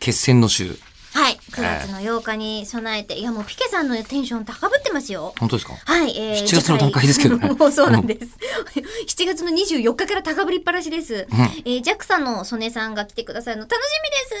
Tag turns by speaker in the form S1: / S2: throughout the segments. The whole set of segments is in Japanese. S1: 決戦の週。
S2: はい。9月の8日に備えて、いやもうピケさんのテンション高ぶってますよ。
S1: 本当ですか
S2: はい。え
S1: 7月の段階ですけどね
S2: もう そうなんです。7月の24日から高ぶりっぱなしです。えー、JAXA の曽根さんが来てくださるの楽し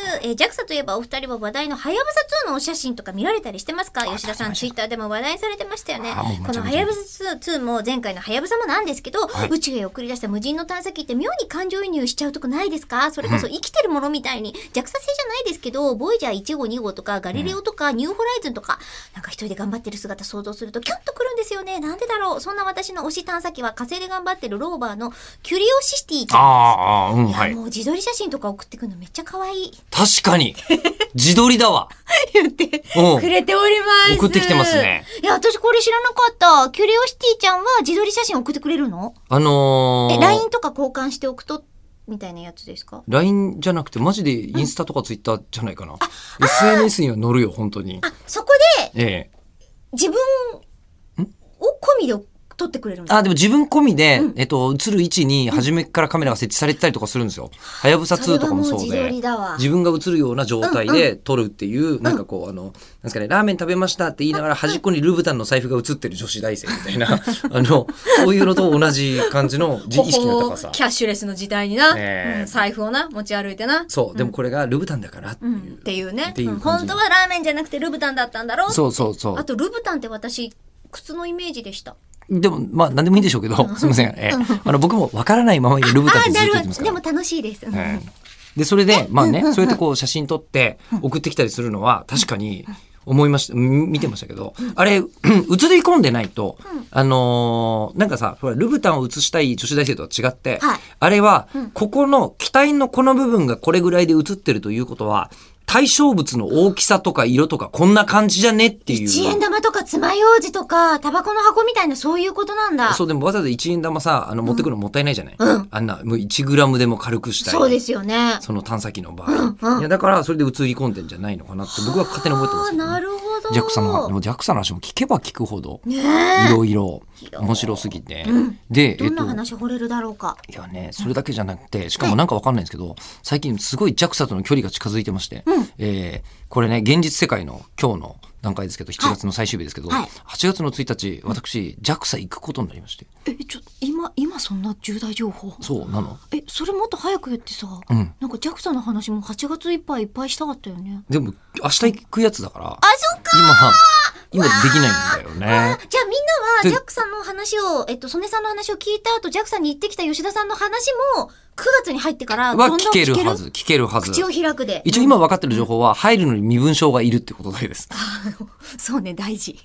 S2: みです。えー、JAXA といえばお二人は話題のハヤブサ2のお写真とか見られたりしてますか吉田さん、ツイッターでも話題にされてましたよね
S1: あもう。
S2: こ
S1: めちゃめ
S2: のハ
S1: ちゃ
S2: ヤブサ2も前回のハヤブサもなんですけど、
S1: はい
S2: 宇宙へ送り出した無人の探査機って妙に感情移入しちゃうとこないですかそれこそ生きてるものみたいに、JAXA 製じゃないですけど、ボイジャー1号2号とか、ガリレオとか、ニューホライズンとか、なんか一人で頑張ってる姿想像するとキュンとくるんですよね。なんでだろうそんな私の推し探査機は火星で頑張ってるローバーのキュリオシシティちゃん。
S1: ああ、うん、
S2: いや
S1: はい。
S2: もう自撮り写真とか送ってくるのめっちゃ可愛い。
S1: 確か に。自撮りだわ。
S2: 言って
S1: うん
S2: くれております。
S1: 送ってきてますね。
S2: いや、私これ知らなかった。キュリオシティちゃんは自撮り写真送ってくれるの
S1: あの
S2: え、
S1: ー、
S2: LINE とか交換しておくと、みたいなやつですか
S1: LINE じゃなくて、マジでインスタとかツイッターじゃないかな。SNS には載るよ、本当に。
S2: あ、そこで
S1: ええ。
S2: 自分を込みで撮ってくれるんです
S1: あ、でも自分込みで、えっと、映る位置に初めからカメラが設置されてたりとかするんですよ。はやぶさ2とかもそう
S2: それは
S1: で
S2: もう自撮りだわ。
S1: 自分が映るような状態で撮るっていう、なんかこう、あの、なんですかね、ラーメン食べましたって言いながら端っこにルブタンの財布が映ってる女子大生みたい な、あの、そういうのと同じ感じのじ意識の高さ
S2: ここ。キャッシュレスの時代にな、
S1: ねえ
S2: うん財布をな、持ち歩いてな。
S1: そう、でもこれがルブタンだからっていう。
S2: うんっていうね
S1: っていう
S2: うん
S1: 感じ
S2: 本当はラーメンじゃなくてルブタンだったんだろう
S1: そうそうそう
S2: あ。とルブタンって私、靴のイメージでした。
S1: でも、まあ、なんでもいいんでしょうけど、すみません。ええあの、僕もわからないままにルブタンってずっと言ってます
S2: ど。
S1: か
S2: で
S1: ら
S2: も。楽しいです。うん
S1: ええで、それで、まあね、そうやってこう写真撮って送ってきたりするのは確かに思いました、み見てましたけど、あれ、映 り込んでないと、あのーなんかさ、ほら、ルブタンを映したい女子大生とは違って、
S2: はい
S1: あれは、ここの機体のこの部分がこれぐらいで映ってるということは、対象物の大きさとか色とかこんな感じじゃねっていう。
S2: 一円玉とか爪楊枝とか、タバコの箱みたいなそういうことなんだ。
S1: そうでもわざわざ1円玉さあの持ってくるのもったいないじゃない、あんなもう1グラムでも軽くしたい
S2: そうですよね。
S1: その探査機の場合、いやだからそれで映り込んでんじゃないのかなって僕は勝手に思ってます
S2: あー
S1: けど
S2: な
S1: ね
S2: るほど。
S1: ジャックさんの話でもジャックさんの話も聞けば聞くほど
S2: ね
S1: い
S2: え。
S1: ろいろ面白すぎて、で
S2: どんな話掘れるだろうか。
S1: いやね、それだけじゃなくて、しかもなんかわかんないんですけど、最近すごい JAXA との距離が近づいてまして、えーこれね、現実世界の今日の段階ですけど、7月の最終日ですけど、
S2: はい
S1: 8月の1日、私、JAXA 行くことになりまして。
S2: え、ちょ、今、今そんな重大情報
S1: そうなの
S2: え、それもっと早く言ってさ、
S1: ん
S2: なんか JAXA の話も8月いっぱいいっぱいしたかったよね。
S1: でも、明日行くやつだから、
S2: あ、そっか
S1: 今、今できないんだよね。
S2: じゃあみん
S1: で
S2: なは JAXA の話を、えっと、曽根さんの話を聞いた後、JAXA に行ってきた吉田さんの話も、9月に入ってから、
S1: は
S2: どんど
S1: 聞
S2: ん
S1: けるはず、聞けるはず。
S2: 口を開くで。
S1: 一応今分かってる情報は、入るのに身分証がいるってことだけです。
S2: そうね、大事。